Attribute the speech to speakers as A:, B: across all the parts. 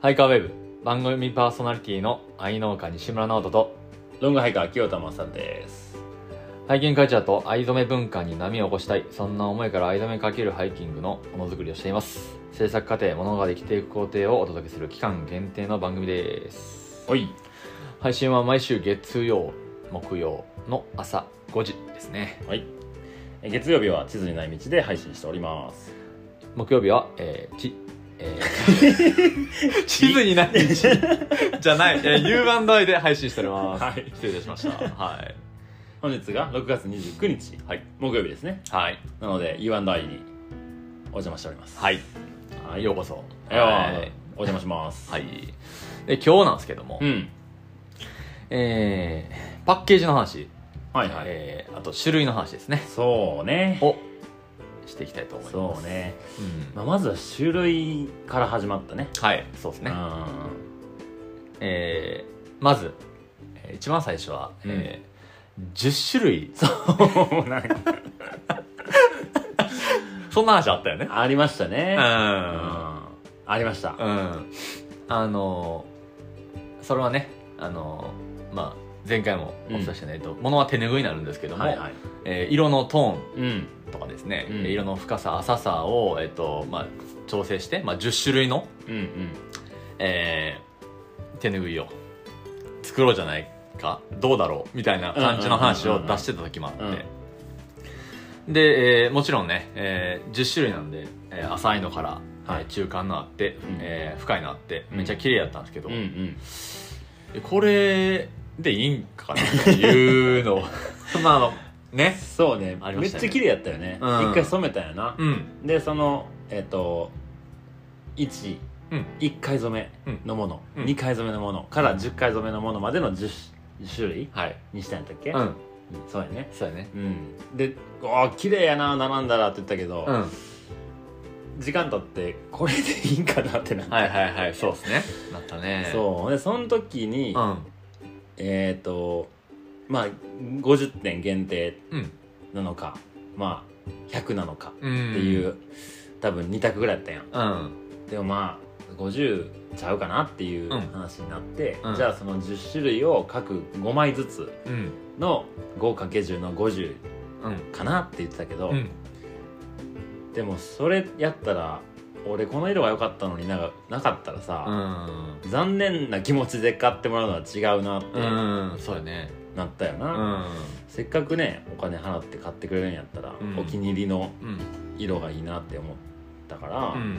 A: ハイカーウェーブ番組パーソナリティの愛農家西村直人と
B: ロングハイカー清田正です。
A: ハイキングカルチャーと藍染め文化に波を起こしたいそんな思いから藍染めかけるハイキングのものづくりをしています制作過程ものができていく工程をお届けする期間限定の番組です
B: おい、
A: 配信は毎週月曜木曜の朝5時ですね
B: はい。え月曜日は地図にない道で配信しております。
A: 木曜日は、えー、ち、え ー地図にない道じゃない、えー、U&I で配信しております、
B: はい
A: 失礼いたしましたはい
B: 本日が6月29日、
A: はい
B: 木曜日ですね。
A: はい
B: なので U&I にお邪魔しております。
A: はい
B: はい。
A: よう
B: よ
A: こそ
B: う
A: はい
B: お邪魔します。
A: はいで今日なんですけども、
B: うん。
A: えーパッケージの話、
B: はいはい。
A: えーあと種類の話ですね
B: そうね。
A: をしていきたいと思いま
B: そ
A: す
B: うね。
A: うん
B: まあ、まずは種類から始まったね。
A: はいそうです
B: う
A: ね、
B: ん。
A: えーまずえー一番最初は、
B: うん
A: えー10種類
B: なん か
A: そんな話あったよね
B: ありましたね。う。
A: うん
B: ありました。
A: うんあのーそれはねあのーまあ前回もお伝えしたね、えっと物は手拭いになるんですけども、
B: はいはい。
A: えー色のト
B: うん。
A: ーンとかですね、
B: うん
A: えー色の深さ浅さを、えっとまあ、調整して、まあ、10種類の、
B: うんうん。
A: えー手拭いを作ろうじゃないかどうだろうみたいな感じの話
B: うんうん
A: を
B: うんうんうん
A: 出してた時もあって。で、えーもちろんね、えー10種類なんで、えー浅いのから、
B: はい
A: えー中間のあって、
B: ん
A: えー深いのあって
B: うん
A: めっちゃ綺麗やったんですけど、
B: うんうん。
A: えこれでいいんかなっていう のをまああのね
B: そうね
A: ありま
B: め
A: し
B: った
A: ね
B: ち綺麗やったよね、
A: うん
B: 一回染めたよな、
A: うん
B: でそのえっ、と1
A: うん
B: 一回染めのもの、
A: うん
B: 二回染めのものから十回染めのものまでの 10, 10種類
A: はい
B: にしたんやったっけ、
A: うん
B: そうやね
A: そうやね
B: うんで「あ綺麗やな並んだら」って言ったけど、
A: うん
B: 時間経ってこれでいいんかなってなって、
A: はいはいはいそうですねなったね
B: そうでその時に、
A: うん
B: えっ、とまあ50点限定
A: うん
B: なのかまあ100なのか
A: うん
B: っていう、多分2択ぐらいやったんや
A: うん
B: でもまあ50ちゃうかなっていう
A: うん
B: 話になって、
A: うん
B: じゃあその10種類を各5枚ずつ
A: うん
B: の 5×10 の50
A: うん
B: かなって言ってたけど、
A: うん
B: でもそれやったら俺この色が良かったのになんかなかったら
A: う
B: さ、
A: ん
B: 残念な気持ちで買ってもらうのは違うなって
A: うんそうやね
B: なったよ
A: う
B: な、
A: ん
B: せっかくねお金払って買ってくれるんやったら、
A: うん
B: お気に入りの
A: うん
B: 色がいいなって思ったから、
A: うん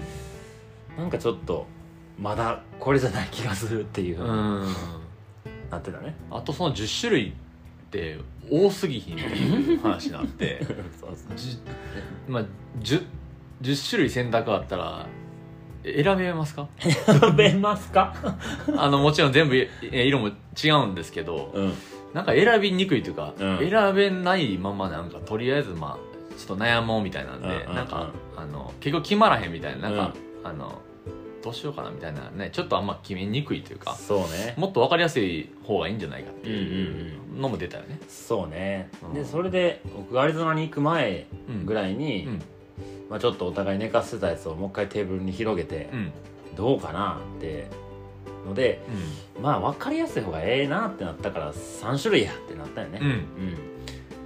B: なんかちょっとまだこれじゃない気がするっていうふうに
A: うん
B: なってたね、
A: あとその10種類って多すぎひんっていう話になって
B: そうそう
A: じまあ 10, 10種類選択あったらえ選べますか
B: 食べますか
A: あのもちろん全部え色も違うんですけど、
B: うん
A: なんか選びにくいというか、
B: うん
A: 選べないままなんかとりあえずまあちょっと悩もうみたいなんで、
B: うんうんうん
A: なんかあの結局決まらへんみたいななんか、あのどうしようかなみたいなねちょっとあんま決めにくいというか
B: そうね
A: もっと分かりやすい方がいいんじゃないかってい
B: ん
A: うのも出たよね。
B: そうね、
A: うん
B: でそれで僕がアリゾナに行く前ぐ
A: い
B: らいに、
A: うん
B: まあ、ちょっとお互い寝かせてたやつをもう一回テーブルに広げて、
A: うん
B: どうかなってのでまあ分かりやすい方がええなってなったから3種類やってなったよね
A: うんう、ん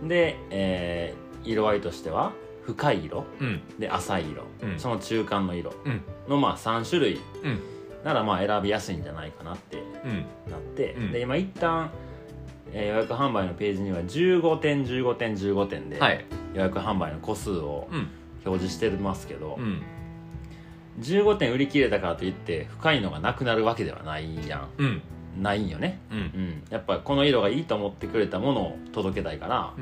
B: うんで、えー色合いとしては深い色
A: うん
B: で浅い色、
A: うん
B: その中間の色
A: うん
B: のまあ3種類
A: うん
B: ならまあ選びやすいんじゃないかなって
A: うん
B: なって、
A: うん
B: で今一旦、えー予約販売のページには15点15点15点で
A: はい
B: 予約販売の個数を
A: うん
B: 表示してますけど、
A: うん
B: 15点売り切れたからといって深いのがなくなるわけではないや
A: うん
B: んないんよね、
A: うんうん
B: うん、やっぱこの色がいいと思ってくれたものを届けたいから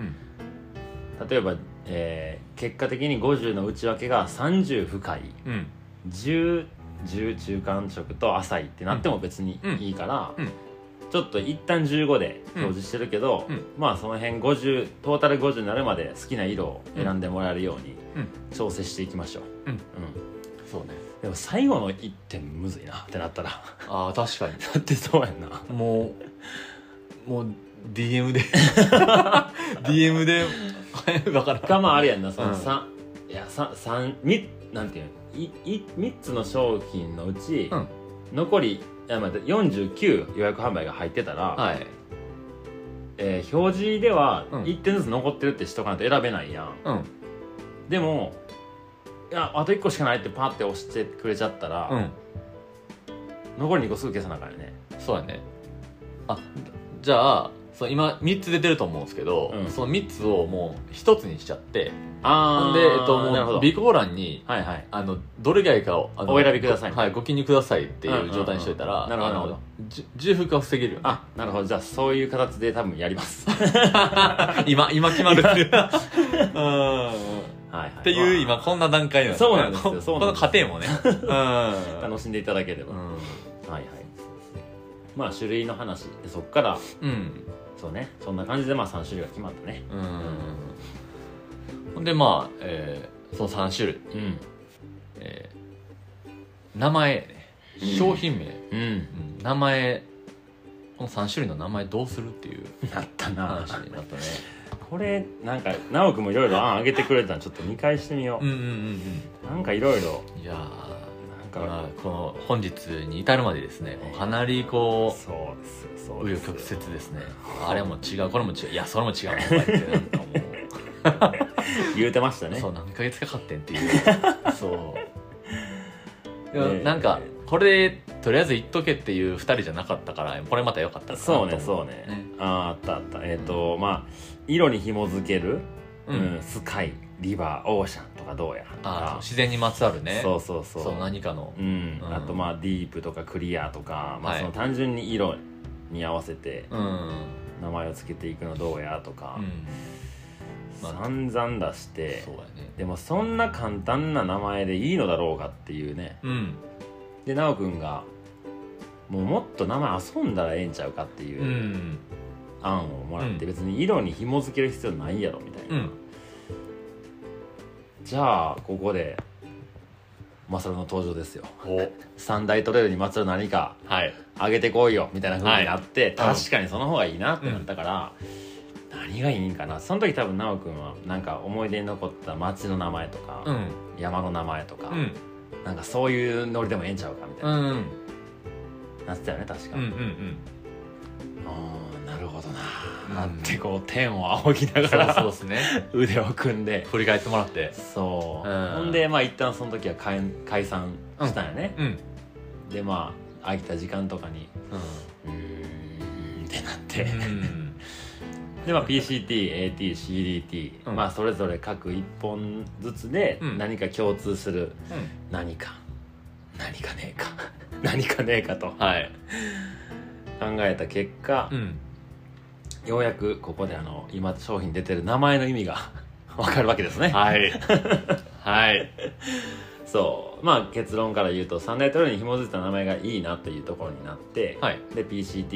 B: 例えば、えー結果的に50の内訳が30深い
A: うん
B: 1010中間色と浅いってなっても別にいいから、
A: うんうん
B: ちょっと一旦15で表示してるけど、
A: うんうん
B: まあその辺50トータル50になるまで好きな色を選んでもらえるように
A: うん
B: 調整していきましょう、
A: うん
B: う
A: そうね
B: んでも最後の1点むずいなってなったら
A: ああ確かに
B: だってそうやんな
A: もうもう DM で DM で分からん
B: がまああれやんなその
A: うん
B: 3、いや三三みなんていうのいい3つの商品のうち、
A: うん
B: 残りいや待って49予約販売が入ってたら、
A: はい
B: えー表示では
A: うん
B: 1点ずつ残ってるってしとかないと選べないやん、
A: うん
B: でもいやあと1個しかないってパッて押してくれちゃったら、
A: うん
B: 残り2個すぐ消さなあかんよね
A: そうやねあじゃあそう今3つ出てると思うんですけど、
B: うん
A: その3つをもう1つにしちゃってほん
B: あー
A: で、えっと、
B: なるほ
A: もう
B: ど
A: 備考欄に
B: はいはい
A: あのどれがいいかをあの
B: お選びください
A: はい、ご記入くださいって
B: うんうん
A: いううん状態にしといたら、
B: なるほど
A: あ
B: なる
A: の
B: ほ
A: じ重複は防げるよね
B: あなるほどじゃあそういう形で多分やりますはい
A: 今今決まるっていう うん
B: はい、
A: っていう
B: まあ
A: 今こんな段階なん
B: そうなんですよ
A: こ
B: そう
A: こ
B: な
A: の
B: んです
A: 過程も ねうん
B: 楽しんでいただければ、
A: う
B: はい
A: ん
B: はいまあ種類の話でそっから
A: うん
B: そうねそんな感じでまあ3種類が決まったね
A: うんほんでまあ、えーその3種類、
B: うん
A: えー名前やね
B: うん
A: 商品名、
B: うん
A: うん名前この3種類の名前どうするっていう
B: なったな
A: 話になったね
B: これなんか直くんもいろいろ案上げてくれたんちょっと見返してみよ
A: うんうんうん
B: うなんかいろいろ
A: うんいや
B: なん
A: ーま
B: か
A: あこの本日に至るまでですねもうかなりこう
B: そうですそ
A: 紆
B: うで
A: 余
B: す
A: 曲折ですねあれも違うこれも違ういやそれも違うお前ってなんかもう
B: 言うてましたね
A: そう何ヶ月かかってんっていう そうでも
B: ねえ
A: なんかこれでとりあえず言っとけっていう2人じゃなかったからこれまた良かったかなと
B: そ
A: 思
B: うねそうね
A: ね
B: あーあったあったえっ、と、まあ色に紐づける、
A: う
B: うんんスカイリバーオーシャンとかどうや
A: あーそう
B: と
A: 自然にまつわる
B: か
A: ね
B: そうそうそう
A: そう何かの
B: うん、
A: うん
B: あとまあディープとかクリアとか、ま
A: は
B: あ、
A: い
B: その単純に色に合わせて
A: うん
B: 名前を付けていくのどうやとか
A: う、んまあ
B: 散々出して
A: そうやね
B: でもそんな簡単な名前でいいのだろうかっていうね
A: うん
B: で奈く君がもうもっと名前遊んだらええんちゃうかっていううん案をもらって、
A: うん
B: 別に色に紐付ける必要ないやろみたいな、
A: うん
B: じゃあここでマサルの登場ですよ
A: お
B: 三大トレードにまつわる何か
A: はい
B: 上げてこいよみたいな風になって、
A: はい
B: 確かにその方がいいなってなったから、何がいいんかなその時多分奈く君はなんか思い出に残った町の名前とか、
A: うん
B: 山の名前とか、
A: うん
B: なんかそういうノリでもええんちゃうかみたい
A: うんう
B: な、
A: ん
B: なってたよね確か、
A: うんうん
B: あーなるほどな
A: うん
B: ーなんてこう天を仰ぎな
A: そ
B: が
A: う
B: ら
A: そうですね
B: 腕を組んで
A: 振り返ってもらって
B: そう、
A: うん
B: ほんでまあ一旦その時は解解散したよね、
A: うん
B: でまあ空いた時間とかに
A: う
B: うーんってなって、
A: ん
B: でまあ PCTATCDT、
A: うん
B: まあそれぞれ各1本ずつで
A: うん
B: 何か共通する何か、何かねえか 何かねえかと考
A: はい
B: えた結果、
A: うん
B: ようやくここであの今商品出てる名前の意味が わかるわけですね、
A: はいはい
B: そうまあ結論から言うと三大トレードに紐づいた名前がいいなというところになって、
A: はい
B: で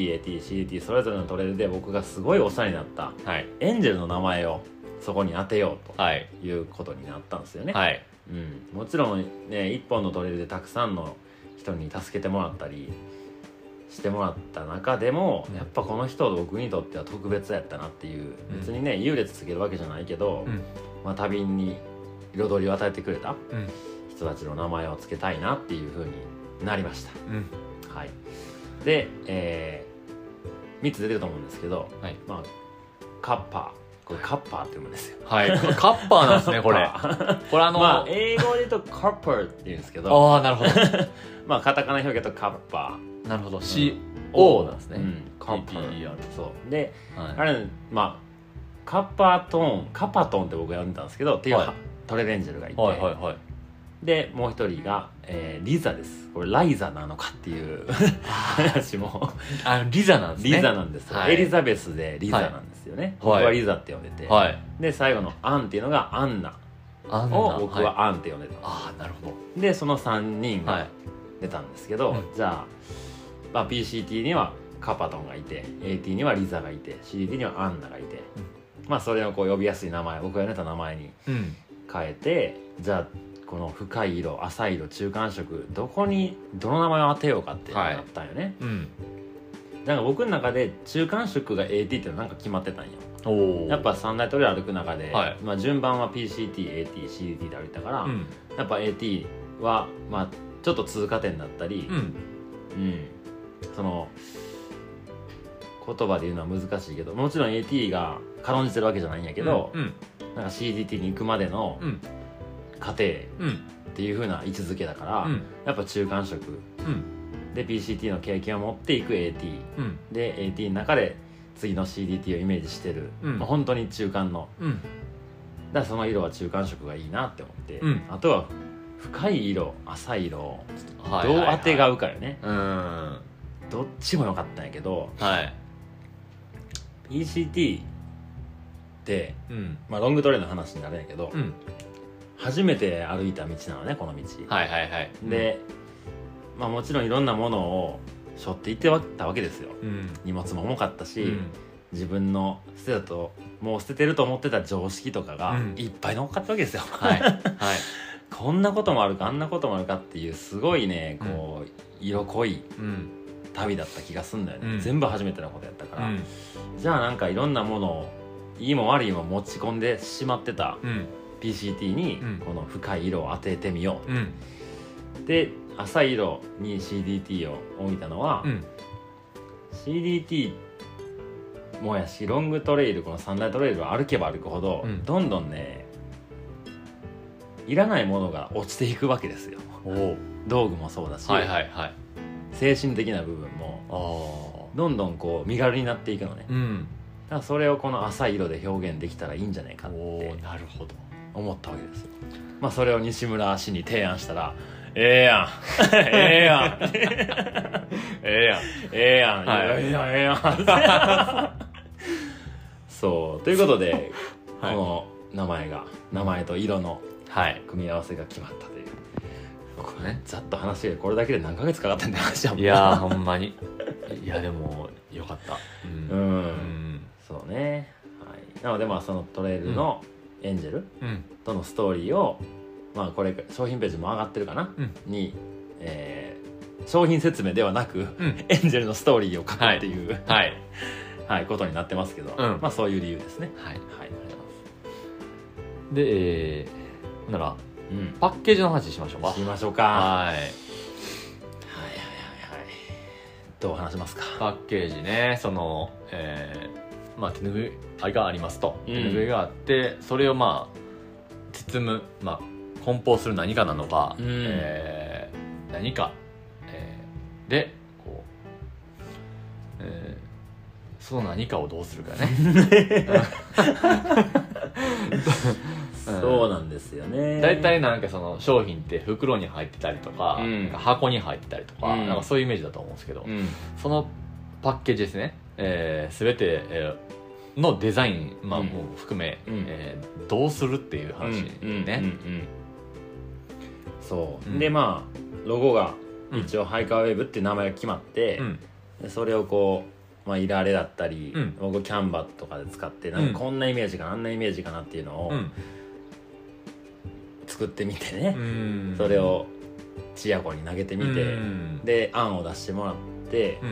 B: PCTATCDT それぞれのトレードで僕がすごいお世話になった
A: はい
B: エンジェルの名前をそこに当てよう
A: はい
B: ということになったんですよね、
A: はい
B: うん、もちろんね一本のトレードでたくさんの人に助けてもらったりしてもらった中でも
A: うん
B: やっぱこの人僕にとっては特別やったなっていう
A: うん
B: 別にね優劣つけるわけじゃないけど、
A: うん
B: まあ、多便に彩りを与えてくれた
A: うん
B: 人たちの名前をつけたいなっていうふうになりまし
A: うん
B: た、はい、で、え3つ出てると思うんですけど、
A: はい
B: まあ、カッパーこれカッパーって読むんですよ
A: はいカッパーなんですねこれ
B: カッパー
A: これあの
B: まあ
A: あ
B: 英語で言うとカッパーって言うんですけど
A: あーなるほど
B: まあカタカナ表記だとカッパ
A: なるほど
B: ー
A: CO なんですね
B: うんカッパ
A: TPER
B: ーそうであ
A: は
B: れまあカッパートーンカパトンって僕が呼んでたんですけどっていう、
A: はい
B: トレレンジェルがい
A: い
B: て、
A: はいはいはい
B: でもう一人が、えーリザですこれライザなのかっていう話も
A: あリザなんです
B: リ
A: ね
B: ザなんですよ、
A: はい
B: エリザベスでリザなんですよね、僕はリザって呼んでて、
A: はい
B: で最後のアンっていうのがアンナ
A: あんな
B: を僕
A: い
B: はアンって呼んでた、
A: ああなるほ
B: でその3人
A: どは
B: が
A: い
B: 出たんですけど、
A: うん
B: じゃあ、まあ、PCT にはカパトンがいて AT にはリザがいて CDT にはアンナがいて、まあそれをこう呼びやすい名前僕が呼んでた名前に
A: うん
B: 変えてじゃあこの深い色浅い色中間色どこにどの名前を当てようかって
A: はい
B: なったんよね、
A: うん
B: なんか僕の中で中間色が AT ってなんか決まってたんよ
A: おお
B: やっぱ三大トレー歩く中で、
A: はい
B: まあ、順番は PCTATCDT で歩いたから、
A: うん
B: やっぱ AT はまあちょっと通過点だったり、
A: うん
B: うん、その言葉で言うのは難しいけどもちろん AT が軽んじてるわけじゃないんやけど、
A: うん
B: なんか CDT に行くまでの
A: うん
B: 過程っ
A: うん
B: ていう風な位置づけだから、
A: うん
B: やっぱ中間職
A: うん
B: で PCT の経験を持っていく AT
A: うん
B: で AT の中で次の CDT をイメージしてる、
A: うん
B: まあ本当に中間の
A: うん
B: だからその色は中間色がいいなって思って、
A: うん
B: あとは深い色浅い色を
A: はい
B: どう
A: はい
B: あてがうかよね、
A: うんは
B: どっちも良かったんやけど
A: い
B: PCT って、
A: うん
B: まあ、ロングトレーの話になるんやけど、
A: うん
B: 初めて歩いた道なのねこの道、
A: はいはいはい
B: で、まあ、もちろんいろんなものを背負っていってたわけですよ
A: うん
B: 荷物も重かったし、
A: うん
B: 自分の捨てたともう捨ててると思ってた常識とかが
A: うん
B: いっぱい乗っかったわけですよ、
A: はいはい
B: こんなこともあるかあんなこともあるかっていうすごいねこう、色濃い
A: うん
B: 旅だった気がすんだよ
A: う
B: ね、
A: ん
B: 全部初めてのことやったか
A: う
B: ら、
A: ん
B: じゃあなんかいろんなものをいいも悪いも持ち込んでしまってた
A: うん
B: PCT に
A: うん
B: この深い色を当ててみよ
A: うん
B: うで浅い色に CDT を置いたのは、
A: うん
B: CDT もやしロングトレイルこの三大トレイルを歩けば歩くほど、
A: うん
B: どんどんねいらないものが落ちていくわけですよ
A: お
B: 道具もそうだし、
A: はいはいはい
B: 精神的な部分も
A: ああ
B: どんどんこう身軽になっていくのね、だ
A: うん
B: からそれをこの浅い色で表現できたらいいんじゃないかって
A: ーなるほど
B: 思ったわけですよまあそれを西村氏に提案したら「ええやん ええやん
A: ええやん
B: ええやん、
A: はい
B: ええやんえ えやん」そうということで、
A: はい
B: この名前が名前と色の
A: はい
B: 組み合わせが決まったという
A: これね
B: ざっと話がこれだけで何ヶ月かかったんだ話はもう
A: いやーほんまにいやでもよかったう
B: うん
A: うんん
B: そうね、はい、なのでまあそのトレイルのエンジェル
A: うん
B: とのストーリーを、まあ、これ商品ページも上がってるかな、
A: うん
B: に、えー商品説明ではなく、
A: うん
B: エンジェルのストーリーを書くっていう、はい
A: はい
B: ことになってますけど、
A: うん
B: まあ、そういう理由ですね。
A: はい
B: はい、ありがとうございます
A: でえー、ほんなら
B: うん
A: パッケージの話しましょうか
B: 行きましょうか。は
A: はい
B: いはいはいはい。どう話しますか。
A: パッケージねそのえーまあ手拭いがありますと、
B: うん
A: 手拭いがあってそれをまあ包む、まあ、梱包する何かなのか、
B: うん
A: えー何か、えーでこう、えーその何かをどうするかねうん
B: そうなんですよね。
A: 大体なんかその商品って袋に入ってたりとか,、
B: うん
A: なんか箱に入ってたりとか,、
B: うん
A: なんかそういうイメージだと思うんですけど、
B: うん、
A: そのパッケージですね、えー、全て、えーのデザイン、まあ、
B: うん
A: もう含め、
B: うん
A: えーどうするっていう話ね、
B: うんうんうんうんそう、
A: うん
B: でまあロゴが
A: うん
B: 一応ハイカーウェーブっていう名前が決まって、
A: うん
B: でそれをこう、まあ、いられだったり、
A: うん
B: 僕キャンバとかで使ってなん
A: うん
B: かこんなイメージかなあんなイメージかなっていうのを
A: うん
B: 作ってみてね、
A: うん
B: それを千夜子に投げてみて、
A: うん
B: で案を出してもらって
A: う、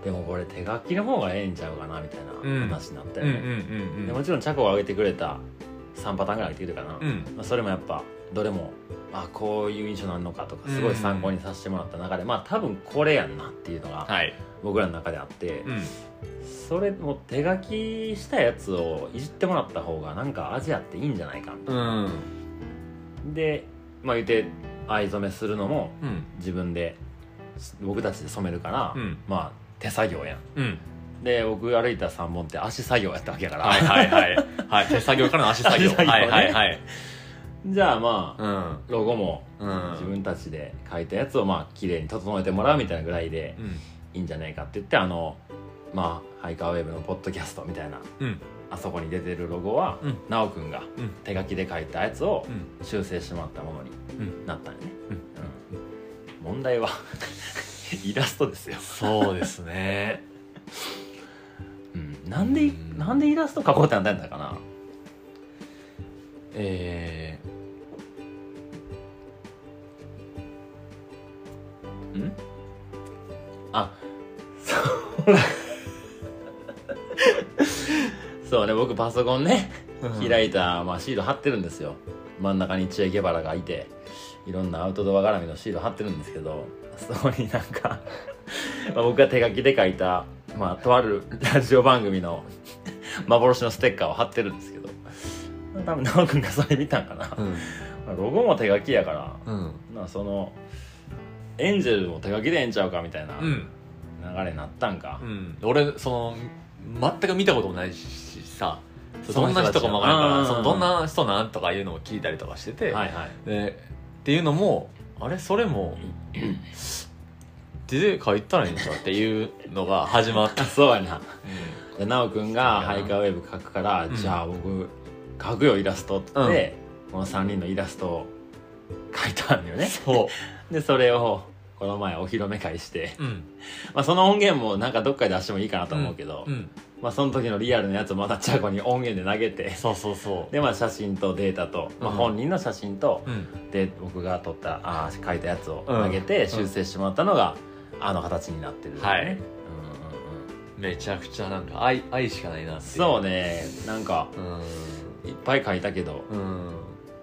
A: ん
B: でもこれ手書きの方がええんちゃうかなみたいな話になった
A: う
B: よ
A: んうん
B: ね、
A: うん
B: でもちろんチャコが挙げてくれた3パターンぐらい挙げてくれたかな、
A: うん
B: まあ、それもやっぱどれもあこういう印象なんのかとかすごい参考にさせてもらった中で、まあ多分これやんなっていうのが
A: はい
B: 僕らの中であって、
A: うん
B: それも手書きしたやつをいじってもらった方がなんかアジアっていいんじゃないかみた
A: う
B: いな、
A: ん
B: でまあ言うて藍染めするのも
A: うん
B: 自分で僕たちで染めるから、
A: うん
B: まあ手作業やん
A: うん
B: で僕歩いた3本って足作業やったわけやから、
A: はいはいはいはい手作業からの足作業
B: 足作業
A: は
B: ね
A: いはいはい
B: じゃあまあ、
A: うん
B: ロゴも
A: うん
B: 自分たちで書いたやつをまあ綺麗に整えてもらうみたいなぐらいで
A: うん
B: いいんじゃないかって言ってあのまあハイカーウェーブのポッドキャストみたいな
A: うん
B: あそこに出てるロゴは、
A: うん
B: なおくんが
A: うん
B: 手書きで書いたやつを
A: うん
B: 修正してもらったものに
A: うん
B: なったんよね、
A: うん
B: うん問題は イラストですよ、
A: そうですね
B: うん、なん
A: う
B: で、
A: ん
B: なんでイラスト描こうってなったんだかな
A: え
B: んあそうそうね僕パソコンね
A: ー、
B: 開いた、まあ、シール貼ってるんですよ真ん中にチェ・ゲバラがいていろんなアウトドア絡みのシール貼ってるんですけどそこになんか まあ僕が手書きで書いた、まあ、とあるラジオ番組の幻のステッカーを貼ってるんですけど多分奈く君がそれ見たんかな
A: うん
B: まあロゴも手書きやから
A: うん
B: まあそのエンジェルも手書きでええんちゃうかみたいな
A: う
B: 流
A: ん
B: れになったんか、
A: うん俺その全く見たこともないしさ
B: そ
A: ど
B: の
A: ん
B: 人
A: な
B: たち
A: 人かもわからんか
B: う
A: ら
B: ん
A: そのどんな人なんとかいうのを聞いたりとかしてて、
B: はいはい
A: でっていうのもあれそれも手で書いたらいいんちゃうっていうのが始まった
B: あそうやなで奈く君がハイカーウェーブ描くから、
A: うん
B: じゃあ僕描くよイラストって言って、この3人のイラストを描いたんだよね
A: そ
B: で それをこの前お披露目会して、
A: ううん
B: まあ、その音源もなんかどっかで出してもいいかなと思うけど、
A: うん
B: まあ、その時のリアルなやつをまたちゃこに音源で投げて
A: そうそうそう
B: でまあ写真とデータと、まあ、
A: うん
B: 本人の写真と、
A: うん
B: で僕が撮ったあー書いたやつを
A: うん
B: 投げて修正してもらったのが、あの形になってる、ね
A: はい
B: うんうんうん
A: めちゃくちゃなんか愛愛しかないなっていう
B: そうねなんか
A: うん
B: いっぱい書いたけど
A: うん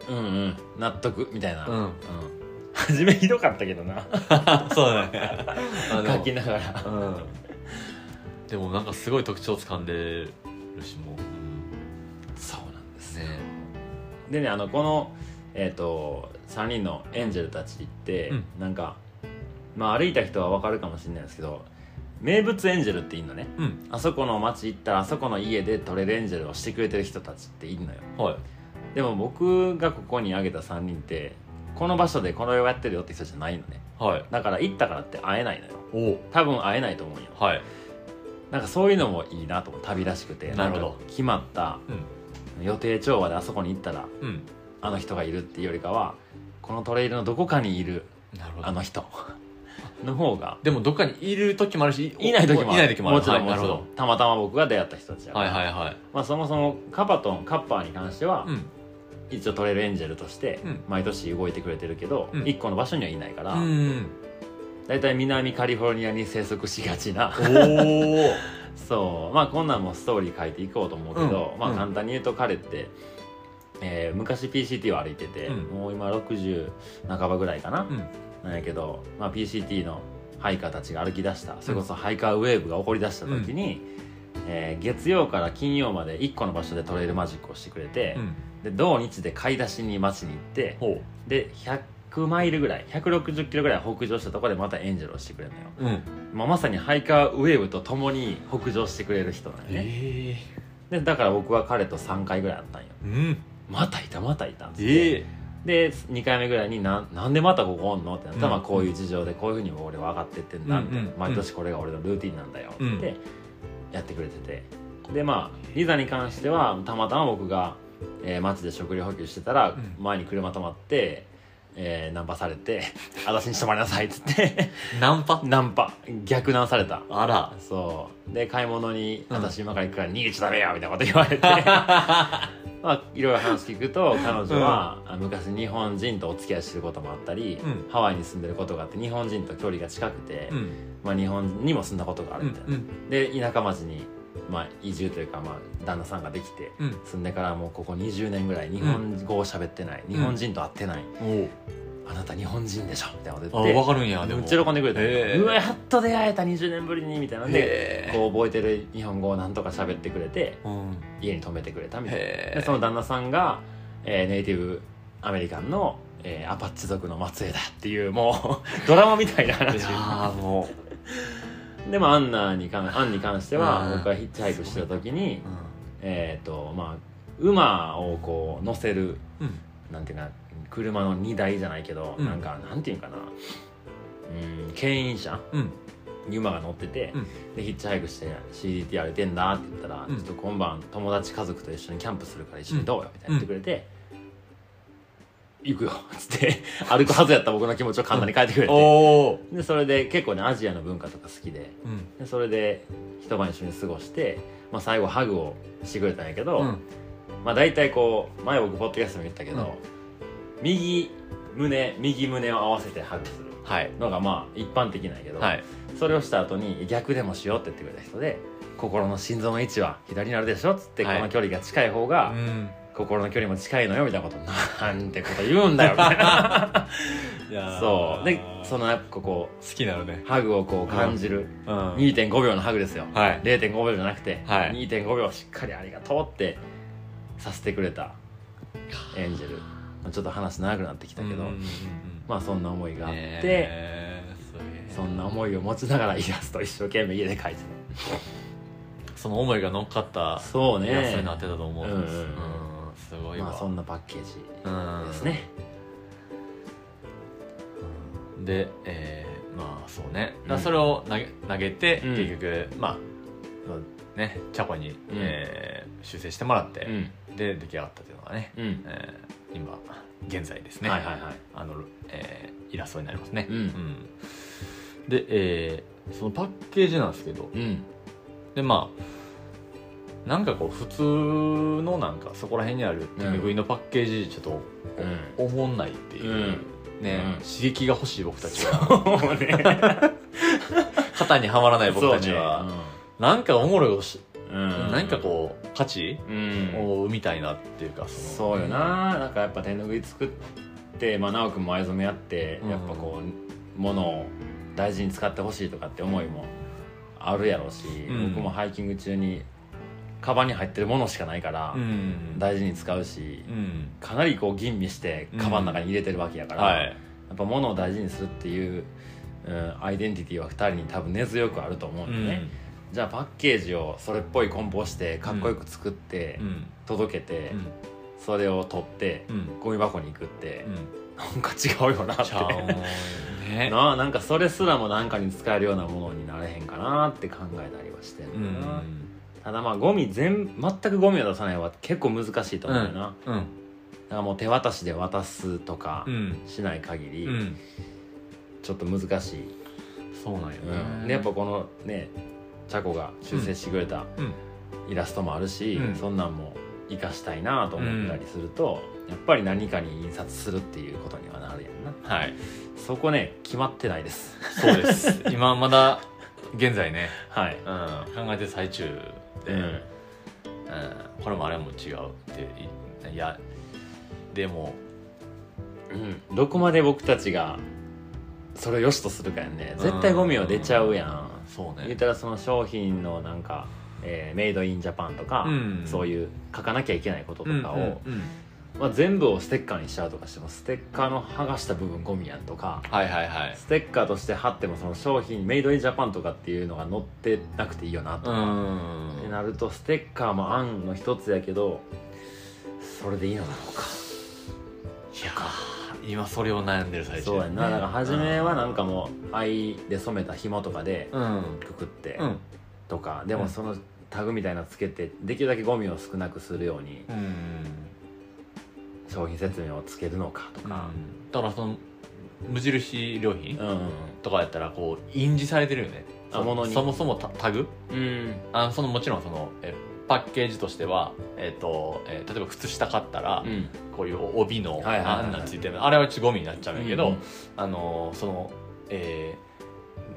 B: うんうん納得みたいな、
A: うん
B: 初めひどかったけどな
A: そうだねあでも
B: 書きながら
A: うんでもなんかすごい特徴掴んでるしもう、
B: そうなんで
A: ね
B: でねあのこのえっ、と3人のエンジェルたちって、
A: うん
B: なんかまあ歩いた人はわかるかもしれないですけど名物エンジェルっていいのね
A: うん
B: あそこの町行ったらあそこの家でトレレンジェルをしてくれてる人たちっているのよ
A: はい
B: でも僕がここに挙げた3人ってこの場所でこれをやってるよって人じゃないのね
A: はい
B: だから行ったからって会えないのよ
A: お
B: 多分会えないと思うよ
A: はい
B: なんかそういうのもいいなと思う旅らしくて
A: なるほど
B: んか決まった予定調和であそこに行ったら
A: うんうん
B: あの人がいるっていうよりかはこのトレイルのどこかにいる
A: なるほど
B: あの人 の方が
A: でもどっかにいる時もあるし
B: いない時もある
A: いない時もある
B: ちろん,、
A: はい、なるほ
B: もちろんたまたま僕が出会った人たちだ
A: ど
B: か
A: はい
B: ら、
A: はいはい
B: まあ、そもそもカパトンカッパーに関しては、
A: うん
B: 一応トレイルエンジェルとして
A: うん
B: 毎年動いてくれてるけど、
A: うん
B: 一個の場所にはいないから、
A: うん
B: 大体南カリフォルニアに生息しがちな
A: おお
B: そうまあこんなんもストーリー書いていこうと思うけど、
A: うん
B: まあ
A: うん
B: 簡単に言うと彼って、えー昔 PCT を歩いてて、
A: うん
B: もう今60半ばぐらいかな
A: う、ん
B: なんやけど、まあ、PCT のハイカーたちが歩き出したそれこそハイカーウェーブが起こり出した時に、えー月曜から金曜まで一個の場所でトレイルマジックをしてくれて、
A: うん
B: で同日で買い出しに町に行って、
A: ほ
B: で100マイルぐらい160キロぐらい北上したところでまたエンジェルをしてくれるのよ、
A: ううん
B: まあ、まさにハイカーウェーブと共に北上してくれる人なんよね、
A: え
B: でだから僕は彼と3回ぐらい会ったんよ
A: えうん
B: またいたまたいたっつって
A: ええ
B: で2回目ぐらいにななんでまたここおんのってなったら、
A: うん
B: まあこういう事情でこういうふうに俺は上がってってんだみたいな、
A: うんうんうん
B: 毎年これが俺のルーティンなんだよって
A: うん
B: やってくれててでまあリザに関してはたまたま僕が、えー街で食料補給してたら、
A: うん
B: 前に車止まって、えーナンパされて 「私に止まりなさい」っつって
A: ナンパ
B: ナンパ逆ナンされた
A: あら
B: そうで買い物に「
A: うん
B: 私今から行くから逃げちゃダメよ」みたいなこと言われ てまあいろいろ話聞くと彼女は、あ昔日本人とお付き合いしてることもあったり、
A: うん
B: ハワイに住んでることがあって日本人と距離が近くて、
A: うん
B: まあ、日本にも住んだことがあ
A: う
B: るみたいな、
A: ん
B: で田舎町に、まあ、移住というか、まあ、旦那さんができて
A: うん
B: 住んでからもうここ20年ぐらい日本語を喋ってない、日本人と会ってない、
A: うん
B: あなた日本人でしょみたいなこと
A: おあ
B: 言って
A: 分かるんやでも
B: めっちゃ喜んでくれた、
A: へー
B: うわやっと出会えた20年ぶりにみたいなんで、
A: へえ
B: こう覚えてる日本語をなんとか喋ってくれて
A: うん
B: 家に泊めてくれたみたい
A: へ
B: な
A: え
B: でその旦那さんが、えーネイティブアメリカンの、えーアパッチ族の末裔だっていうもう ドラマみたいない話
A: やーも
B: でもアンナに関アンに関しては
A: うん
B: 僕がヒッチハイクしてた時に
A: う、
B: えっ、とまあ馬をこう乗せる
A: うんうん
B: なんていうか車の荷台じゃないけど、
A: うん
B: なんかなんていうんかなうん牽引車
A: うん
B: に馬が乗ってて、
A: うん
B: でヒッチハイクして CDT 歩いてんだって言ったら、
A: うん
B: ちょっと今晩友達家族と一緒にキャンプするから一緒にどうよみたいな言ってくれて、行くよっつって歩くはずやった僕の気持ちを簡単に変えてくれて、
A: おお
B: でそれで結構ねアジアの文化とか好きで
A: うん
B: でそれで一晩一緒に過ごして、まあ、最後ハグをしてくれたんやけど、
A: うん
B: まあ大体こう前僕ポッドキャストでも言ったけど、
A: うん
B: 右胸右胸を合わせてハグする
A: はい
B: のがまあ一般的なんやけど、
A: はい
B: それをした後に逆でもしようって言ってくれた人で心の心臓の位置は左になるでしょっつって、
A: はい
B: この距離が近い方
A: う
B: が
A: ん
B: 心の距離も近いのよみたいなことなんてこと言うんだよみたいな
A: いや
B: そうでそ
A: の
B: のやっぱこ
A: 好きなのね
B: うハグをこう感じる、
A: うんはい
B: 2.5秒のハグですよ
A: はい
B: 0.5秒じゃなくて、
A: はい
B: 2.5秒しっかりありがとうってさせてくれたエンジェルまあちょっと話長くなってきたけど、
A: うんうんうん
B: まあそんな思いがあって、
A: ねえそれ
B: そんな思いを持ちながらイラストを一生懸命家で描いて
A: その思いが乗っかった
B: たそう
A: イ
B: ね
A: ラストになってたと思うんです、
B: う
A: うんん
B: うん
A: すごいわ、
B: まあそんなパッケージ
A: うん
B: ですね、
A: で、えーまあそうね、だか
B: うん
A: らそれを投げ投げて、
B: うん
A: 結局
B: まあ
A: ねチャコに、えー修正してもらって
B: う、ん
A: で出来上がったというのがね、
B: うん
A: えー今現在ですね、
B: はいはいはい
A: あの、えーイラストになりますね、
B: うん
A: うんで、えーそのパッケージなんですけど、
B: うん
A: でまあなんかこう普通のなんかそこら辺にある手拭いのパッケージちょっとおもんないっていう、ね、
B: うん
A: 刺激が欲しい僕たちは
B: そう ね
A: 肩にはまらない僕たちは、なんかおもろいことし、
B: うん
A: なんかこう価値
B: ううん
A: を生みたいなっていうかその
B: そうよななんかやっぱ手拭い作ってまあ奈くんも藍染めやって
A: うん
B: やっぱこうものを大事に使ってほしいとかって思いもあるやろうし
A: うん
B: 僕もハイキング中にカバンに入ってるものしかないから
A: うん
B: 大事に使うし
A: うん
B: かなりこう吟味してカバンの中に入れてるわけやから、
A: は
B: や
A: い
B: っぱ物を大事にするっていう、うん、アイデンティティは2人に多分根強くあると思う
A: うん
B: でね、じゃあパッケージをそれっぽい梱包してかっこよく作って、
A: ん
B: 届けて、
A: うん
B: それを取って
A: うんうん
B: ゴミ箱に行くって、なんか違うよなっ
A: ちゃう
B: て。
A: ね
B: なあなんかそれすらもなんかに使えるようなものになれへんかなって考えたりはして
A: うん
B: だな、
A: ん
B: ただまあゴミ全全くゴミを出さないは結構難しいと思うよな、だ
A: うん
B: からもう手渡しで渡すとか、
A: うん
B: しない限り、
A: うん
B: ちょっと難しい、
A: そうなんよ
B: うん
A: ね
B: でやっぱこのねチャコが修正してくれた
A: うん
B: イラストもあるし、
A: うん
B: そんなんも生かしたいなと思ったりすると、やっぱり何かに印刷するっていうことにはなるやんな
A: はい
B: そこね決まってないです
A: そうです今まだ現在ね
B: はい
A: うん考えてる最中で
B: うん
A: うんこれもあれも違うっていいやでも
B: うんどこまで僕たちがそれを良しとするかやんね絶対ゴミは出ちゃうやん
A: そう
B: 言っ
A: ね
B: たらその商品のなんか、えーメイドインジャパンとか、
A: うん
B: そういう書かなきゃいけないこととかを、
A: うんうんうん
B: まあ、全部をステッカーにしちゃうとかしてもステッカーの剥がした部分ゴミやんとか
A: はいはいはい
B: ステッカーとして貼ってもその商品メイドインジャパンとかっていうのが載ってなくていいよな
A: う
B: とか、
A: ん
B: ってなるとステッカーも案の一つやけどそれでいいのだろうか
A: いやー今それを悩んでる最中
B: そうやんなだから初めはなんかもう藍で染めた紐とかで
A: うん
B: くくって
A: うん
B: とか、で
A: う
B: も
A: ん
B: そのタグみたいなのつけてできるだけゴミを少なくするように
A: うん
B: 商品説明をつけるのかとか、
A: だからその無印良品
B: うんうん
A: とかやったらこう印字されてるよね
B: あ物に
A: そもそもタタグ
B: うん
A: あそのもちろんそのえパッケージとしては、えっとえー例えば靴下買ったら、
B: うん
A: こういう帯の
B: はいはいはいはい
A: あんなんついてるあれはちょっとゴミになっちゃうんやけど、
B: うん
A: あのーそのえー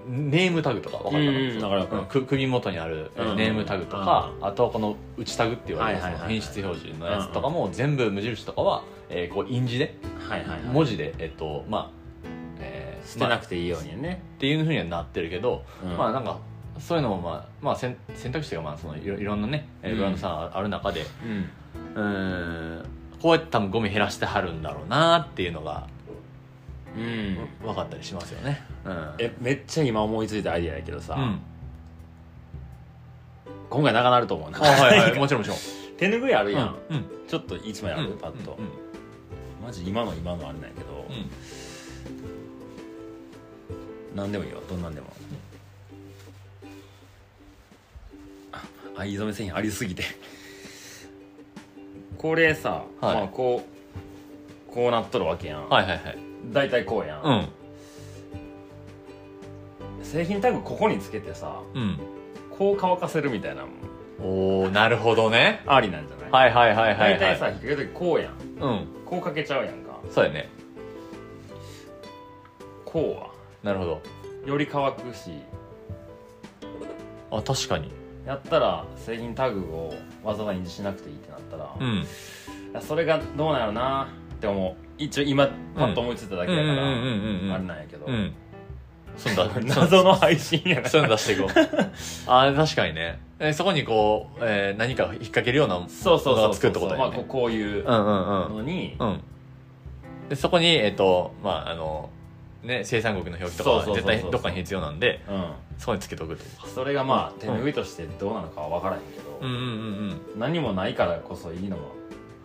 A: ネームタグとか分かるかな
B: うんうんわかるわかる
A: うんく首元にあるえ
B: うんう
A: ー
B: ん
A: ネームタグとか、あとはこの内タグって言われる
B: はいはいはい
A: そ
B: は
A: の
B: い
A: 品質表示のやつとかも全部無印とかは、えーこう印字で
B: はいはい、はい、
A: 文字でえっとまあ、えー
B: 捨て
A: ま
B: な
A: あ
B: くていいようにね、
A: っていうふうにはなってるけど、
B: うん
A: まあなんかそういうのもまあ、まあ、選選択肢がまあそのいろいろんなねえーブランドさんある中で、
B: う
A: う
B: ん
A: ーんこうやって多分ゴミ減らしてはるんだろうなっていうのが
B: うん
A: 分かったりしますよね。うん
B: えめっちゃ今思いついたアイデアやけどさ、
A: うん、
B: 今回長なると思う
A: あ
B: な
A: はいはいもちろんもちろん。
B: 手拭いあるやん、
A: うんうん
B: ちょっと一枚ある、
A: うん
B: パッと、
A: うん
B: マジ今の今のあれなんやけど、
A: うん
B: 何でもいいよどんなんでも、あ藍染め製品ありすぎて これさ、
A: はい
B: まあこうこうなっとるわけやん、
A: はいはいはい。
B: 大体こうやん、
A: うん
B: 製品タグここにつけてさ
A: うん。
B: こう乾かせるみたいなのも
A: おおなるほどね。
B: ありなんじゃない、
A: はいはいはいはい、は
B: 大
A: い。
B: 体さ引っ掛ける時こうやん
A: うん
B: こうかけちゃうやんか
A: そうやね。
B: こうは
A: なるほど。
B: より乾くし
A: あ確かに。
B: やったら製品タグをわざわざ印字しなくていいってなったら、
A: うん
B: それがどうなるなって思う一応今パッと思いついただけだから、
A: うんうんうんうんうん
B: あれなんやけど、
A: うんそんだ
B: 謎の配信やな
A: そういうの出していこうああ確かにねえそこにこう、えー何か引っ掛けるような
B: そうそうそう
A: 作るってことだ
B: まあ
A: よね
B: ここういう
A: うんうんうん
B: のに、
A: うん。で、そこに、えっ、と、まあ、あの、ね、生産国の表記とかは
B: そうそう
A: 絶
B: そうそう
A: 対どっかに必要なんで、
B: うん
A: そこにつけとくとか。
B: それがまあ手拭いとしてどうなのかは分からへんけど、
A: うんうんうん
B: 何もないからこそいいのも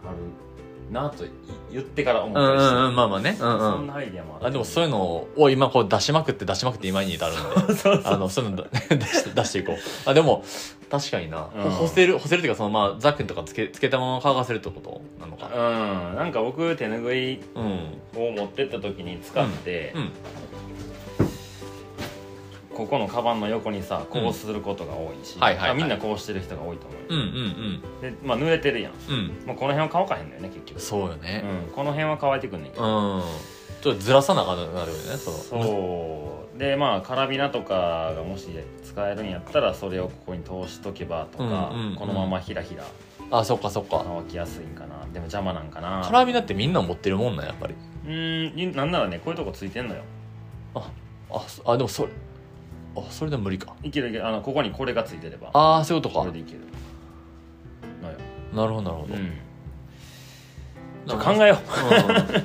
B: あるなと言ってから思っ
A: うん。うん
B: たりし
A: う
B: て、
A: んうん、まあまあね。うんう
B: そん
A: ん。
B: なアイディアもある
A: あでもそういうのを今こう出しまくって出しまくって今に至るんで、
B: そうそう
A: あの、そういうの出出して出していこう。あ、でも、確かにな。
B: うん
A: 干せる、干せるっていうか、そのまあ、ザックンとかつけ、つけたまま乾かせるってことなのか。
B: うんなんか僕手拭い
A: うん。
B: を持ってった時に使って、
A: うん。
B: ここのカバンの横にさこうすることが多いし、
A: うんはいはいはい
B: みんなこうしてる人が多いと思
A: うんうんうん。
B: う、でまあ濡れてるやん
A: うん。
B: もうこの辺は乾かへんのよね結局、
A: そうよね。
B: うん、この辺は乾いてくんねんけ
A: うん。ち
B: ど、
A: ょっとずらさなあかんなるよね、その。
B: そうでまあカラビナとかがもし使えるんやったらそれをここに通しとけばとか、
A: うんうんうん
B: このままひらひら
A: あ、そっかそっか。
B: 乾きやすいんかなでも邪魔なんかな
A: カラビナってみんな持ってるもんなんやっぱり
B: うーんなんならねこういうとこついてんのよ
A: あそあでもそれあそれでも無理か
B: いけるいけるあのここにこれがついてれば
A: ああそういうこと
B: こ
A: か
B: れでいけるのよ、
A: なるほどなるほど、
B: うん、ち
A: な
B: ょ
A: ん
B: 考
A: か
B: えよう
A: うんだか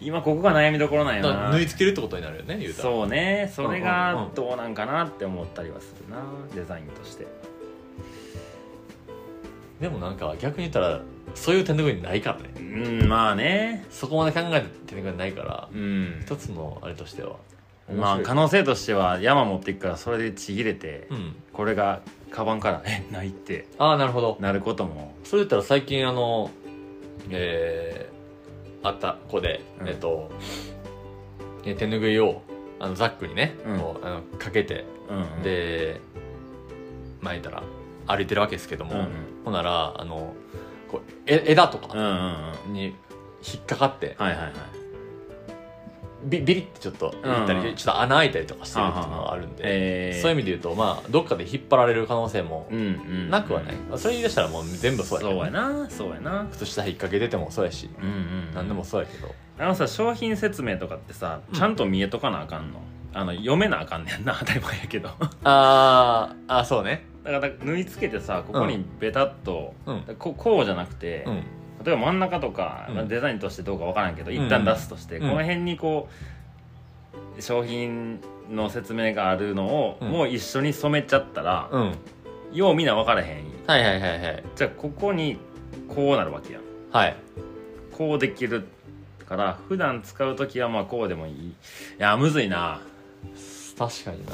B: 今ここが悩みどころなんや
A: ら
B: な
A: 縫い付けるってことになるよね言うたら
B: そうねそれ
A: うんうん
B: が
A: うん
B: どうなんかなって思ったりはするなデザインとして
A: でもなんか逆に言ったらそういう手ぬぐいないからね
B: うんまあね
A: そこまで考えて手ぬぐいないから
B: うん
A: 一つのあれとしては
B: まあ可能性としては山持っていくからそれでちぎれて、
A: うん
B: これがカバンから「えない」って
A: ああなるほど
B: なることも
A: それ言ったら最近あのえー、あった子で、
B: うん
A: えっとえ手ぬぐいをあのザックにね、
B: うん
A: こうあのかけて
B: うんうん
A: でまあ言ったら歩いてるわけですけど
B: う
A: も、
B: ん
A: ほんならあのこうえ枝と
B: うんう
A: か
B: んうんうん
A: に引っかかって、
B: はいはいはい
A: ビビリってちょっと
B: うん
A: いったり、ちょっと穴開いたりとかしてるっていうのがあるんで、
B: えー
A: そういう意味で言うとまあどっかで引っ張られる可能性も
B: うんうん
A: なくはない、それ言い出したらもう全部そうやけ
B: そ
A: ど
B: うやなそうやな
A: 靴下引っ掛けててもそうやし、
B: うんうん
A: 何でもそうやけど
B: あのさ商品説明とかってさ
A: うん
B: ちゃんと見えとかなあかんのあの読めなあかんねんな当たり前やけど だか
A: あーあーそうね
B: ら縫い付けてさここにベタっと
A: うん
B: ここうじゃなくて
A: うん
B: 例えば真ん中とか
A: うん
B: デザインとしてどうかわからんけど
A: ん
B: 一旦出すとし
A: う
B: て
A: ん
B: この辺にこう商品の説明があるのを
A: うん
B: もう一緒に染めちゃったら
A: うん
B: ようみんな分からへん
A: はいはいはいはい
B: じゃあここにこうなるわけやん
A: はい
B: こうできるから普段使う時はまあこうでもいいいやーむずいな
A: 確かにな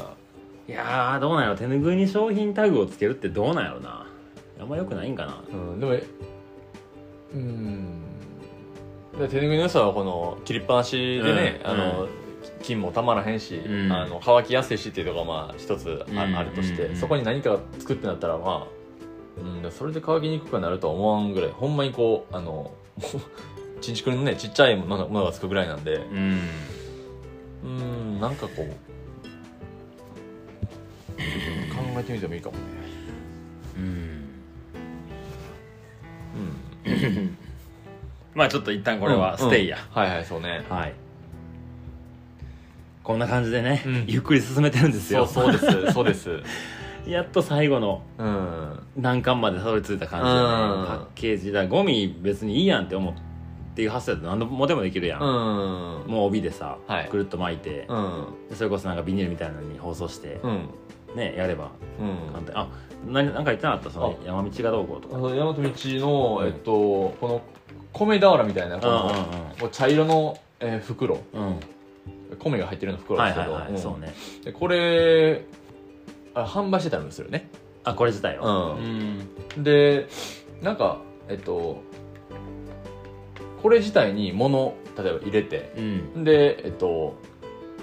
A: い
B: やーどうなんやろ手拭いに商品タグをつけるってどうなんやろなあんまよくないんかな
A: うん、でもうんで手ぬぐいの良さはこの切りっぱなしでね、
B: うん
A: あの菌もたまらへんし、
B: うん
A: あの乾きやすいしっていうのがまあ一つあ,、
B: うん
A: るとして、
B: うん
A: そこに何かつくってなったらまあ、うん、でそれで乾きにくくなるとは思わんぐらいほんまにこうあの もうちんちくりのねちっちゃいものがものがつくぐらいなんで
B: うん
A: うんなんかこう考えてみてもいいかもね
B: うん
A: うん
B: まあちょっと一旦これはステイや、
A: うんはいはいそうね
B: はいこんな感じでね、
A: うん
B: ゆっくり進めてるんです
A: そう
B: よ
A: そうですそうです
B: やっと最後の
A: うん
B: 難関までたどり着いた感じだね
A: うん
B: パッケージだゴミ別にいいやんって思うっていう発想だと何でもでもできるやん、
A: うん
B: もう帯でさ、
A: はい
B: くるっと巻いて、
A: うん
B: それこそなんかビニールみたいなのに包装して、
A: うん
B: ねやれば
A: うん
B: 簡単あななんか言ってなかったその山道がどうこうと
A: あ
B: か
A: の大和道
B: う
A: の
B: ん
A: えっとこの米俵みたいなこの
B: う
A: こう茶色のえー袋
B: んうんうん
A: 米が入ってるような
B: う
A: 袋で
B: んは
A: す
B: い
A: け
B: はい
A: ど
B: はい、
A: うん
B: そうね
A: でこれあ販売してたんですよね
B: あこれ自体を
A: うん
B: ん
A: でなんかえっとこれ自体に物例えば入れて
B: うん
A: でえっと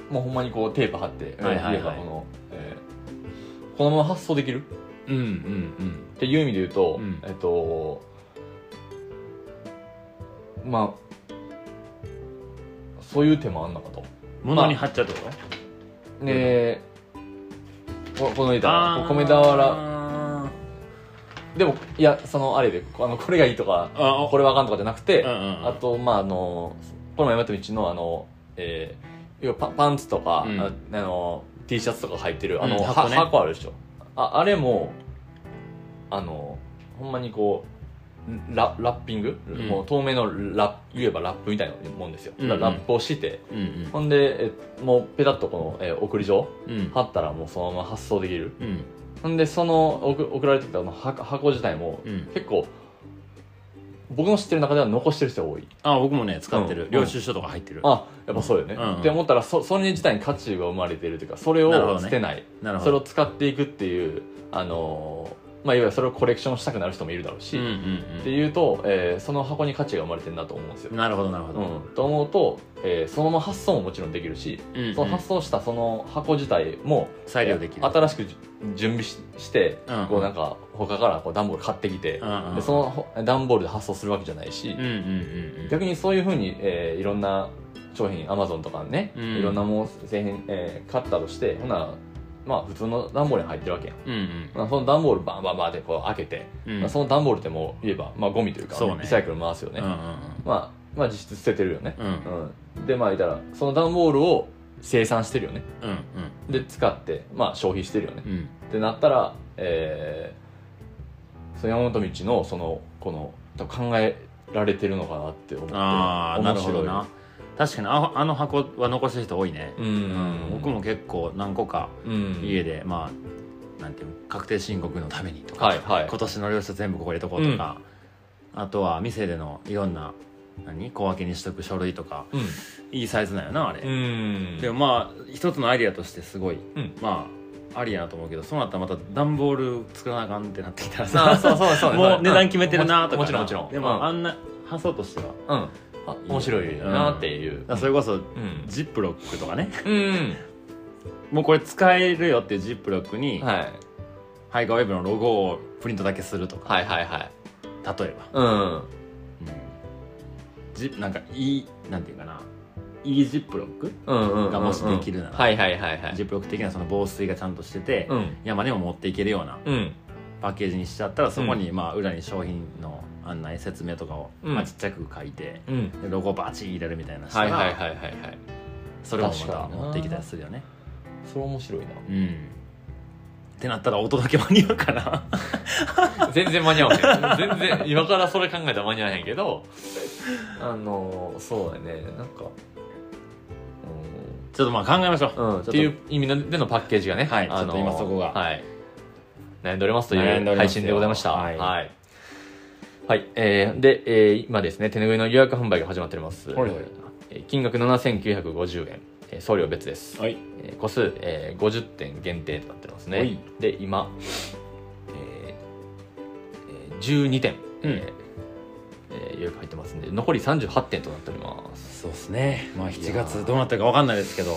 A: もうほんまにこうテープ貼って、
B: はいはいはい
A: 言えばこの、えーこのまま発送できる
B: うんうん
A: っていう意味で言うと、
B: うん
A: えっとまあそういう手もあんのかと。
B: 物に貼っちゃうってこと
A: で、ここの言うたら
B: あー
A: こう米俵
B: あ
A: でもいやそのあれであのこれがいいとか
B: ああ
A: これはあかんとかじゃなくて、
B: うんうん
A: あとまああのこの前山道のあの、えー、要はパパンツとか、
B: うん
A: ああの T シャツとか入ってるあの、
B: うん
A: は
B: 箱
A: 箱
B: ね
A: あるでしょああれもあのほんまにこうんララッピング、
B: ん
A: もう透明のラップ言えばラップみたいなもんですよ、
B: うんうん
A: ララップをして
B: うんうん
A: ほんでえもうペタッとこの、えー送り状
B: うん
A: 貼ったらもうそのまま発送できる
B: うん
A: ほんでその送送られてきたこの箱箱自体も
B: うん
A: 結構僕の知ってる中では残してる人が多い
B: あ僕もね使って
A: う
B: る
A: ん
B: 領収書とか入ってる
A: あやっぱそうよね、
B: うんうん
A: って思ったらそそれ自体に価値が生まれてるというかそれ
B: なるほ
A: を
B: どね
A: 捨てない
B: なるほ
A: それ
B: ど
A: を使っていくっていうあのーまあいわゆるそれをコレクションしたくなる人もいるだろうし、
B: うんう
A: っ
B: ん
A: ていうと、えーその箱に価値が生まれてるなと思うんですよ
B: う、んなるほどなるほ
A: う
B: ど
A: ん、と思うと、えーそのまま発送ももちろんできるし、
B: うんうん
A: その発送したその箱自体も
B: 再利用できる
A: 新しくじ準備しして、
B: うんうん
A: こうなんか他からこう段ボール買ってきて、
B: うんうん
A: でそのほ段ボールで発送するわけじゃないし、
B: うんうんうんうん
A: 逆にそういうふうに、えーいろんな商品アマゾンとかね、
B: うん
A: いろんなもの製品、えー買ったとしてほなまあ普通の段ボールに入ってるわけやん
B: うんうん
A: まあその段ボールバンバンバンってこう開けて、
B: うん
A: まあその段ボールってもう言えば、まあ、ゴミというか、
B: そうね
A: リサイクル回すよね、
B: うん
A: まあまあ実質捨ててるよね、
B: うんうんうん
A: うんでまあ言ったらその段ボールを生産してるよね
B: うん
A: で使ってまあ消費してるよね
B: うんうん
A: ってなったら、えー、その山本道のそのこの多分考えられてるのかなって思って
B: ああなるほど
A: 面
B: な確かにああの箱は残してる人多いね
A: 白いうん、
B: 僕も結構何個か
A: うん
B: 家でまあなんていうの確定申告のためにとか
A: はいはい
B: 今年の領収書全部ここ入れとこうとかあとは店でのいろんな何小分けにしとく書類とか
A: うん
B: いいサイズなんやなあれ
A: うん
B: でもまあ一つのアイディアとしてすごい、
A: うん
B: まあありやなと思うけどそうなったらまた段ボール作らなあかんってなってきたら
A: あーそ
B: さ
A: うそうそう
B: もう値段決めてるなとか
A: もちろんもちろん
B: でも、あんな発想としてはだか
A: うん、うんあ面白いなっていう、
B: らそれこそ
A: うん
B: ジップロックとかね
A: うん、
B: もうこれ使えるよっていうジップロックに、
A: はい、
B: ハイカーウェブのロゴをプリントだけするとか
A: はいはいはい
B: 例えば、
A: うん
B: うんジなんかいいなんていうかないいジップロック、
A: うんうんうん
B: がもしできるなら
A: はいはいはいはい
B: ジップロック的なその防水がちゃんとしてて、
A: うん
B: 山でも持っていけるような
A: うん
B: パッケージにしちゃったらそこにまあ裏に商品の案内説明とかを
A: うん
B: まあちっちゃく書いて、
A: うん
B: でロゴバチ入れるみたいなした
A: はいはい
B: ら
A: はいはいはい
B: それをま
A: 確か
B: た
A: にな
B: 持ってきたりするよね
A: それ面白いな
B: うんってなったらお届け間に合うかな
A: 全然間に合わへん全然今からそれ考えたら間に合わへんけどあのそうだねなんか
B: ちょっとまあ考えましょう、
A: うん、うん、
B: ちょ
A: っ
B: と
A: ていう意味のでのパッケージがね
B: はい
A: あの
B: ちょっと今そこが
A: はい悩んでおりますとい
B: 悩んでお
A: う
B: りま
A: 配
B: すよ
A: 信でございました
B: はい
A: はい、はいえーで、えー今ですね手ぬぐいの予約販売が始まっております、
B: はいはい
A: えー金額7950円えー送料別です、
B: はい
A: えー個数、えー50点限定となってますね、
B: はい
A: で今、えーえー12点、えーえー予約入ってますんで残り38点となっております
B: そうですねまあ7
A: いや
B: 月
A: ー
B: どうなったか分かんないですけど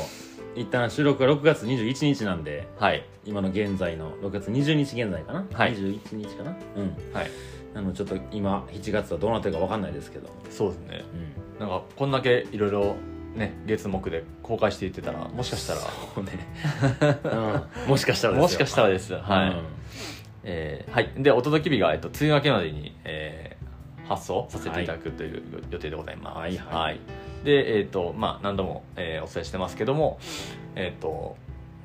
B: 一旦収録は6月21日なんで
A: はい
B: 今の現在の6月20日現在かな、
A: はい
B: 21日かなうん
A: はい
B: なのでちょっと今7月はどうなってるか分かんないですけど、
A: そうですね
B: うん、
A: なんかこんだけいろいろね月目で公開していってたらもしかしたら
B: そう ね、うん、もしかしたらですよ
A: もしかしたらですはい、
B: うん
A: えーはいでお届け日が、えっと、梅雨明けまでに、えー発送させていただくという予定でございます、
B: はいはい
A: でえっ、とまあ何度も、えーお伝えしてますけどもえっ、と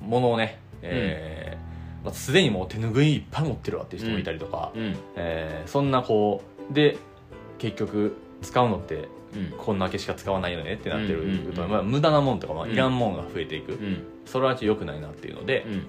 A: 物をね、えーまあ、すでにもう手拭いいっぱい持ってるわっていう人もいたりとか、
B: うん
A: えーそんなこうで結局使うのって
B: うん
A: こんだけしか使わないよねってなってると、
B: うんうんうん
A: まあ、無駄なもんとか、まあ、
B: うん
A: いらんもんが増えていく、
B: うん
A: それはちょっと良くないなっていうので、
B: うん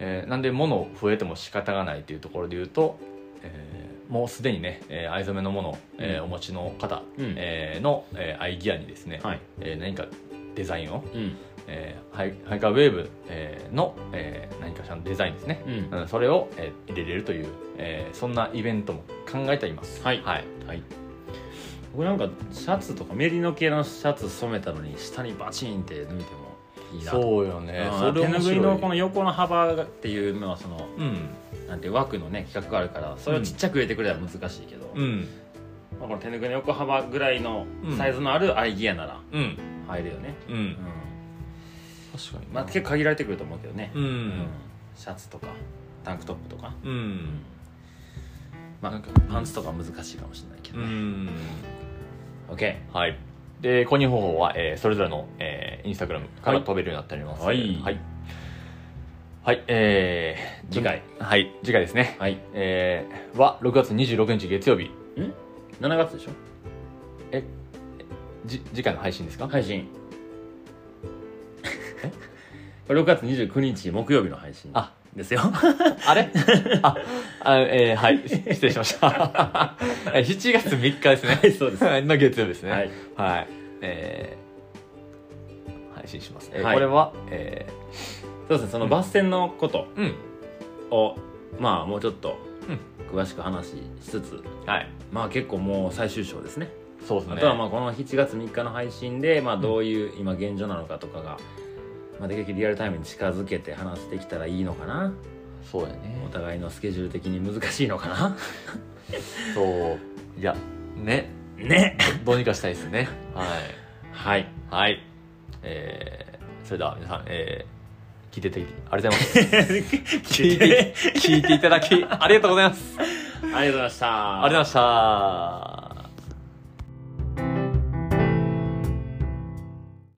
A: えーなんで物増えても仕方がないっていうところで言うと、えーもうすでにね、えー藍染めのものを、えー
B: うん
A: お持ちの方、
B: うん
A: えーの、えーアイギアにですね、
B: はい
A: えー何かデザインを、
B: うん
A: えーハイハイカーウェーブ、えーの、えー何かしらのデザインですね、
B: うん
A: うんそれを、えー入れれるという、えーそんなイベントも考えています
B: はい
A: はい、
B: はい僕なんかシャツとかメリノ系のシャツ染めたのに下にバチンって抜いてもいいなう
A: そうよねそれ
B: 手
A: 面
B: ぬぐ
A: 白い
B: いのこの横の幅がっていうのはその
A: うん
B: なんていう枠のね規格があるからそれをちっちゃく入れてくれたら難しいけど、
A: うん
B: まあ、この手ぬぐいの横幅ぐらいの
A: うん
B: サイズのあるアイギアなら
A: うん
B: 入るよね、
A: う
B: うん
A: ん確かに
B: まあ、結構限られてくると思うけどね、
A: う
B: うん
A: ん
B: シャツとかタンクトップとか、
A: うん、
B: ま
A: なんか
B: あパンツとか難しいかもしれないけど
A: う
B: ね、
A: ん
B: OK
A: はいで購入方法は、えーそれぞれの、えーインスタグラムから
B: はい
A: 飛べるようになっております
B: はい
A: はい、はいえー
B: 次回
A: はい次回ですね
B: はい
A: えーは6月26日月曜日
B: 7月でしょ
A: じ次回の配信ですか、
B: 配 信 これ6月29日木曜日の配信
A: あ
B: ですよ
A: あれああ、えーはいし失礼しました えー7月3日ですね
B: はいそうです
A: の月曜日ですね
B: はい
A: はい、えー配信します、えー
B: はい
A: これはえ
B: そうですねそのバス戦のこと
A: ーうん
B: を、まあもうちょっと
A: うん
B: 詳しく話しつつ
A: はい
B: まあ結構もう最終章ですね
A: そうですね
B: あとはまあこの7月3日の配信で、まあ、どういう今現状なのかとかが、まあ、できるだけリアルタイムに近づけて話してきたらいいのかな
A: そうやね
B: お互いのスケジュール的に難しいのかな
A: そういやね
B: ね
A: どうにかしたいですねはい
B: はい
A: はい。えー、それでは皆さん、えー、聞いていただき、ありがとうございます。 聞
B: 聞
A: いて、聞いていただき、ありがとうございます。ありがとう
B: ありがとうございました
A: ございました。